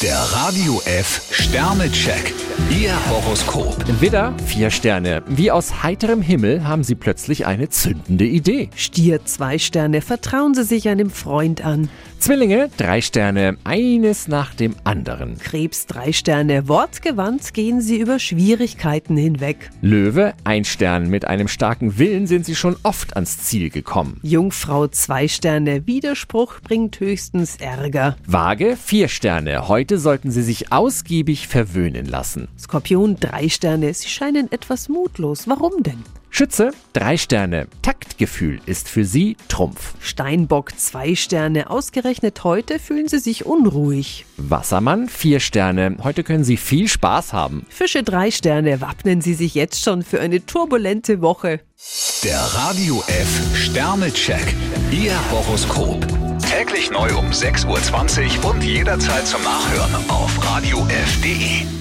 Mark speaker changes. Speaker 1: Der Radio F Sternecheck. Ihr Horoskop.
Speaker 2: Widder, vier Sterne. Wie aus heiterem Himmel haben Sie plötzlich eine zündende Idee.
Speaker 3: Stier zwei Sterne, vertrauen Sie sich einem Freund an.
Speaker 2: Zwillinge, drei Sterne. Eines nach dem anderen.
Speaker 3: Krebs drei Sterne, wortgewandt gehen Sie über Schwierigkeiten hinweg.
Speaker 2: Löwe, ein Stern. Mit einem starken Willen sind Sie schon oft ans Ziel gekommen.
Speaker 3: Jungfrau zwei Sterne, Widerspruch bringt höchstens Ärger.
Speaker 2: Waage, vier Sterne. Heute sollten Sie sich ausgiebig verwöhnen lassen.
Speaker 3: Skorpion drei Sterne, Sie scheinen etwas mutlos. Warum denn?
Speaker 2: Schütze, drei Sterne. Taktgefühl ist für Sie Trumpf.
Speaker 3: Steinbock zwei Sterne, ausgerechnet heute fühlen Sie sich unruhig.
Speaker 2: Wassermann, vier Sterne. Heute können Sie viel Spaß haben.
Speaker 3: Fische drei Sterne, wappnen Sie sich jetzt schon für eine turbulente Woche.
Speaker 1: Der Radio F Sternecheck. Ihr Horoskop. Täglich neu um 6.20 Uhr und jederzeit zum Nachhören auf Radio radiof.de.